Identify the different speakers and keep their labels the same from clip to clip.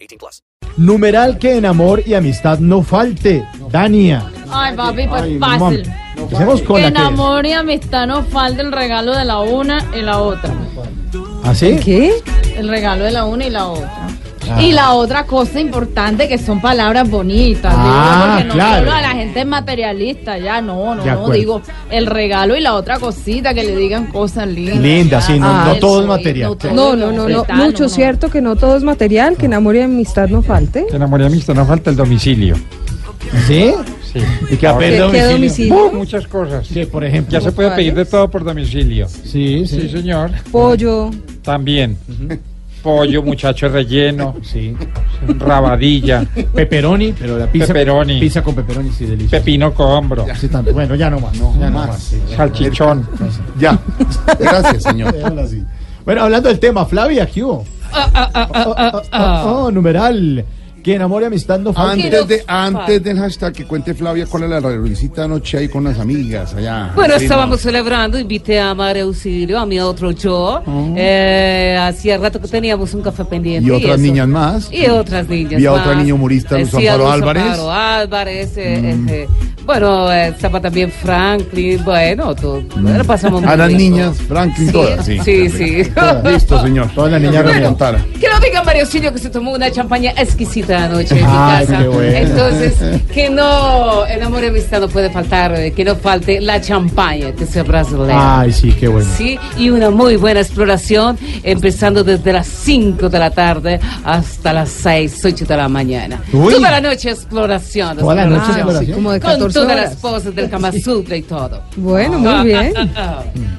Speaker 1: 18 plus.
Speaker 2: Numeral que en amor y amistad no falte. Dania.
Speaker 3: Ay, papi, pues
Speaker 2: Ay,
Speaker 3: fácil.
Speaker 2: mamá. Empecemos con
Speaker 3: Que
Speaker 2: la
Speaker 3: en
Speaker 2: que es.
Speaker 3: amor y amistad no falta el regalo de la una y la otra.
Speaker 2: ¿Ah, sí?
Speaker 3: ¿Qué? El regalo de la una y la otra.
Speaker 2: Ah.
Speaker 3: Y la otra cosa importante que son palabras bonitas. digo,
Speaker 2: Ah,
Speaker 3: porque no
Speaker 2: claro.
Speaker 3: solo a la gente es materialista, ya no, no,
Speaker 2: De
Speaker 3: no.
Speaker 2: acuerdo.
Speaker 3: Digo, el regalo y la otra cosita que le digan cosas lindas. Ah,
Speaker 2: Linda, sí, no- no
Speaker 3: el
Speaker 2: todo es
Speaker 3: soy-
Speaker 2: material.
Speaker 3: todo
Speaker 4: No,
Speaker 3: es
Speaker 4: no,
Speaker 5: pues,
Speaker 4: no, no.
Speaker 3: material,
Speaker 4: Mucho
Speaker 3: no.
Speaker 4: cierto que no todo es material, que en amor y amistad no falte.
Speaker 6: En amistad no falta el domicilio.
Speaker 2: ¿Sí?
Speaker 6: Sí.
Speaker 2: ¿Y qué
Speaker 6: Ahora,
Speaker 4: ¿Qué,
Speaker 2: apellido? Uh.
Speaker 4: qué domicilio?
Speaker 6: Muchas cosas.
Speaker 2: Sí, por ejemplo.
Speaker 6: Ya se puede pedir de todo por domicilio.
Speaker 2: Sí,
Speaker 6: Sí,
Speaker 2: sí.
Speaker 6: señor.
Speaker 4: Pollo.
Speaker 6: También. Pollo, muchacho relleno,
Speaker 2: Sí.
Speaker 6: rabadilla,
Speaker 2: Pepperoni, pero la pizza.
Speaker 6: Pepperoni.
Speaker 2: Pizza con pepperoni, sí, delicioso.
Speaker 6: pepino con hombro,
Speaker 2: Sí, también. Bueno, ya no más. ya no más. sí, ya.
Speaker 6: salchichón.
Speaker 7: Ya. Gracias, señor.
Speaker 2: Déjala así. Bueno, hablando del tema, Flavia, ¿qué hubo? Oh, oh, oh, numeral. Que en amor y amistad no falte.
Speaker 7: Antes, de, antes del hashtag que cuente Flavia cuál es la reunioncita anoche ahí con las amigas allá.
Speaker 5: Bueno,
Speaker 7: Sí,
Speaker 5: estábamos
Speaker 7: no.
Speaker 5: celebrando, invité a María Auxilio, a mi otro yo. Eh, hacía rato que teníamos un café pendiente.
Speaker 7: Oh. Y otras
Speaker 5: eso.
Speaker 7: niñas más.
Speaker 5: Y otras niñas.
Speaker 7: Vi a
Speaker 5: más. Eh,
Speaker 7: otra niña humorista, Luz
Speaker 5: sí, a
Speaker 7: Amparo
Speaker 5: Luz
Speaker 7: Álvarez. Mm.
Speaker 5: Amparo Álvarez, eh, eh, bueno, eh, estaba también Franklin. Bueno, todo. Lo pasamos muy
Speaker 7: A las
Speaker 5: rico.
Speaker 7: niñas, Franklin, todas. Sí,
Speaker 5: Sí, sí.
Speaker 2: Todas.
Speaker 7: Listo, señor.
Speaker 2: Todas las
Speaker 7: No
Speaker 2: niñas
Speaker 7: me
Speaker 2: reunidas.
Speaker 7: contara.
Speaker 5: Que no diga Mario Silio que se tomó una champaña exquisita anoche en mi
Speaker 2: Ay,
Speaker 5: casa.
Speaker 2: qué bueno.
Speaker 5: Entonces, que no, el amor y amistad no puede faltar, eh, que no falte la champaña, que sea brasileña.
Speaker 2: Ay, sí, qué bueno.
Speaker 5: Sí, y una muy buena exploración, empezando desde las 5 de la tarde hasta las 6, 8 de la mañana.
Speaker 2: Uy.
Speaker 5: Toda la noche exploración.
Speaker 2: Toda la noche
Speaker 4: Ah, sí,
Speaker 2: exploración.
Speaker 4: como de
Speaker 5: Con
Speaker 4: 14
Speaker 5: todas las
Speaker 4: horas.
Speaker 5: poses del Kama Sutra y todo.
Speaker 4: Bueno, muy bien.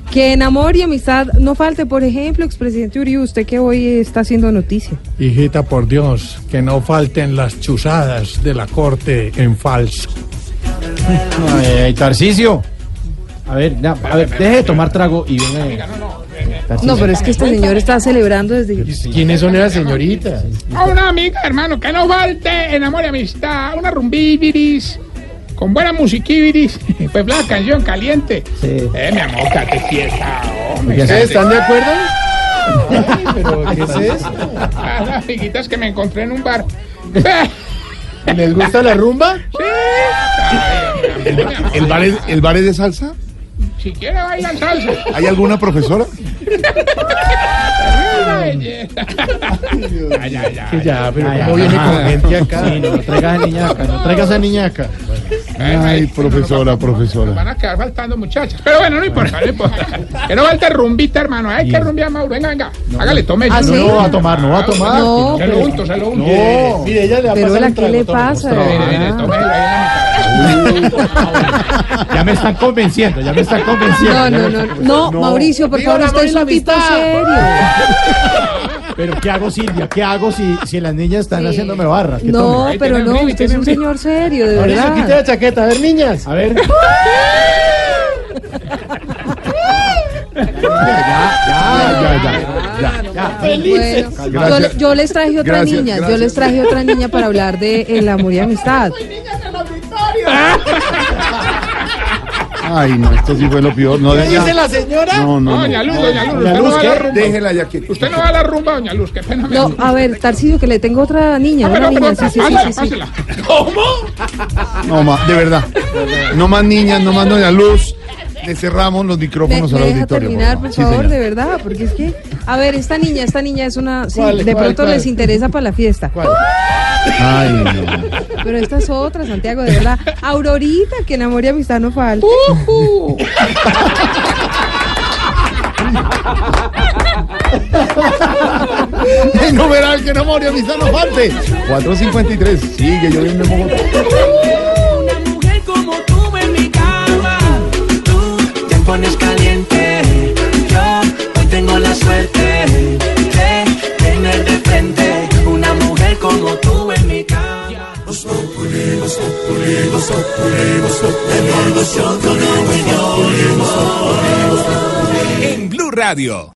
Speaker 4: Que en amor y amistad no falte, por ejemplo, expresidente Uribe, usted que hoy está haciendo noticia.
Speaker 8: Hijita, por Dios, que no falten las chuzadas de la corte en falso.
Speaker 2: Eh, Tarcicio. A ver, na- a ver, deje de tomar trago y venga.
Speaker 4: No, pero es que este señor está celebrando desde.
Speaker 2: ¿Quiénes son esas señoritas?
Speaker 9: A una amiga, hermano, que no falte en amor y amistad, una rumbibiris, con buena musiquibiris, pues la canción caliente.
Speaker 2: Sí.
Speaker 9: Eh, mi amor, cate fiesta, hombre.
Speaker 2: ¿Qué
Speaker 9: cate-
Speaker 2: haces?
Speaker 7: ¿Están de acuerdo?
Speaker 2: Ay, pero ¿qué es eso?
Speaker 9: Ah, las amiguitas que me encontré en un bar.
Speaker 2: ¿Les gusta la rumba?
Speaker 7: ¿El bar es, el bar es de salsa?
Speaker 9: Si quiere bailar salsa.
Speaker 7: ¿Hay alguna profesora?
Speaker 9: Una belleza. Ya, ya, ya.
Speaker 2: Ya, pero ¿cómo viene con gente acá? Sí, no, no traigas a niña acá, no traigas a niña acá.
Speaker 7: Ay, profesora,
Speaker 9: Van
Speaker 7: profesora.
Speaker 9: a quedar faltando muchachas. Pero bueno, no importa, no importa. Que no falte rumbita, hermano. Hay que rumbear, Mauro. Venga, venga. Hágale, tome.
Speaker 4: ¿Ah,
Speaker 2: No,
Speaker 4: sí?
Speaker 2: no va a tomar, no va a tomar. Oh,
Speaker 4: No,
Speaker 9: Se lo unto, se lo unto.
Speaker 2: No. Eh, Mire, ella le va a
Speaker 4: Pero
Speaker 2: pasar
Speaker 4: la
Speaker 2: un
Speaker 4: ¿qué
Speaker 2: trago,
Speaker 4: le
Speaker 2: tome,
Speaker 4: pasa?
Speaker 2: tome.
Speaker 9: Mire, mire, tome ahí en la mitad.
Speaker 2: Ya me están convenciendo, ya me están
Speaker 4: No,
Speaker 2: convenciendo.
Speaker 4: Ah, no, no, no, Mauricio, por favor, usted es un tipo serio.
Speaker 2: Pero ¿qué hago, Silvia? ¿Qué hago si, si las niñas están haciéndome barra? ¿Qué
Speaker 4: No,
Speaker 2: tomo?
Speaker 4: pero
Speaker 9: tiene
Speaker 4: no,
Speaker 9: un
Speaker 4: usted es un
Speaker 9: límite,
Speaker 4: señor serio, de
Speaker 2: Por eso quita
Speaker 4: verdad.
Speaker 2: la chaqueta, a ver, niñas. A ver.
Speaker 7: Ya, ya, ya. ya.
Speaker 4: Bueno, yo, le- yo les traje otra
Speaker 7: Gracias,
Speaker 4: niña, yo
Speaker 7: gracias.
Speaker 4: les traje otra niña para hablar de el amor y amistad.
Speaker 7: Ay, no, esto sí fue lo peor. No, ya.
Speaker 2: la señora?
Speaker 7: No, no, no.
Speaker 9: Doña Luz, doña Luz,
Speaker 2: Doña
Speaker 9: usted
Speaker 2: Luz,
Speaker 9: no va a
Speaker 2: ¿qué?
Speaker 9: la rumba.
Speaker 7: Déjela ya que.
Speaker 9: Usted no va a la rumba, doña Luz, qué pena me
Speaker 4: No,
Speaker 9: da.
Speaker 4: a ver, Tarcidio, que le tengo otra niña,
Speaker 9: Ah,
Speaker 4: una
Speaker 9: pero,
Speaker 4: niña,
Speaker 9: pero,
Speaker 4: sí, sí, sí,
Speaker 9: pásela,
Speaker 4: sí, sí.
Speaker 9: pásela. ¿Cómo?
Speaker 7: No más, de verdad. No más niñas, no más doña Luz. Le cerramos los
Speaker 4: ¿Me,
Speaker 7: micrófonos
Speaker 4: me
Speaker 7: al
Speaker 4: deja
Speaker 7: auditorio.
Speaker 4: terminar, por
Speaker 7: Sí,
Speaker 4: favor,
Speaker 7: señor.
Speaker 4: de verdad? Porque es que, a ver, esta niña, esta niña es una, sí,
Speaker 2: ¿Cuál,
Speaker 4: de
Speaker 2: cuál,
Speaker 4: pronto
Speaker 2: cuál?
Speaker 4: les interesa para la fiesta,
Speaker 7: Ay, no.
Speaker 4: pero esta es otra, Santiago, de verdad. Aurorita, que en amor y amistad no falta.
Speaker 7: El numeral que no murió, mi sano falte. 453. Sigue lloviendo en Bogotá.
Speaker 10: Una mujer como tú en mi cama. Tú te pones caliente. Yo hoy tengo la suerte de tener de frente una mujer como En Blue Radio.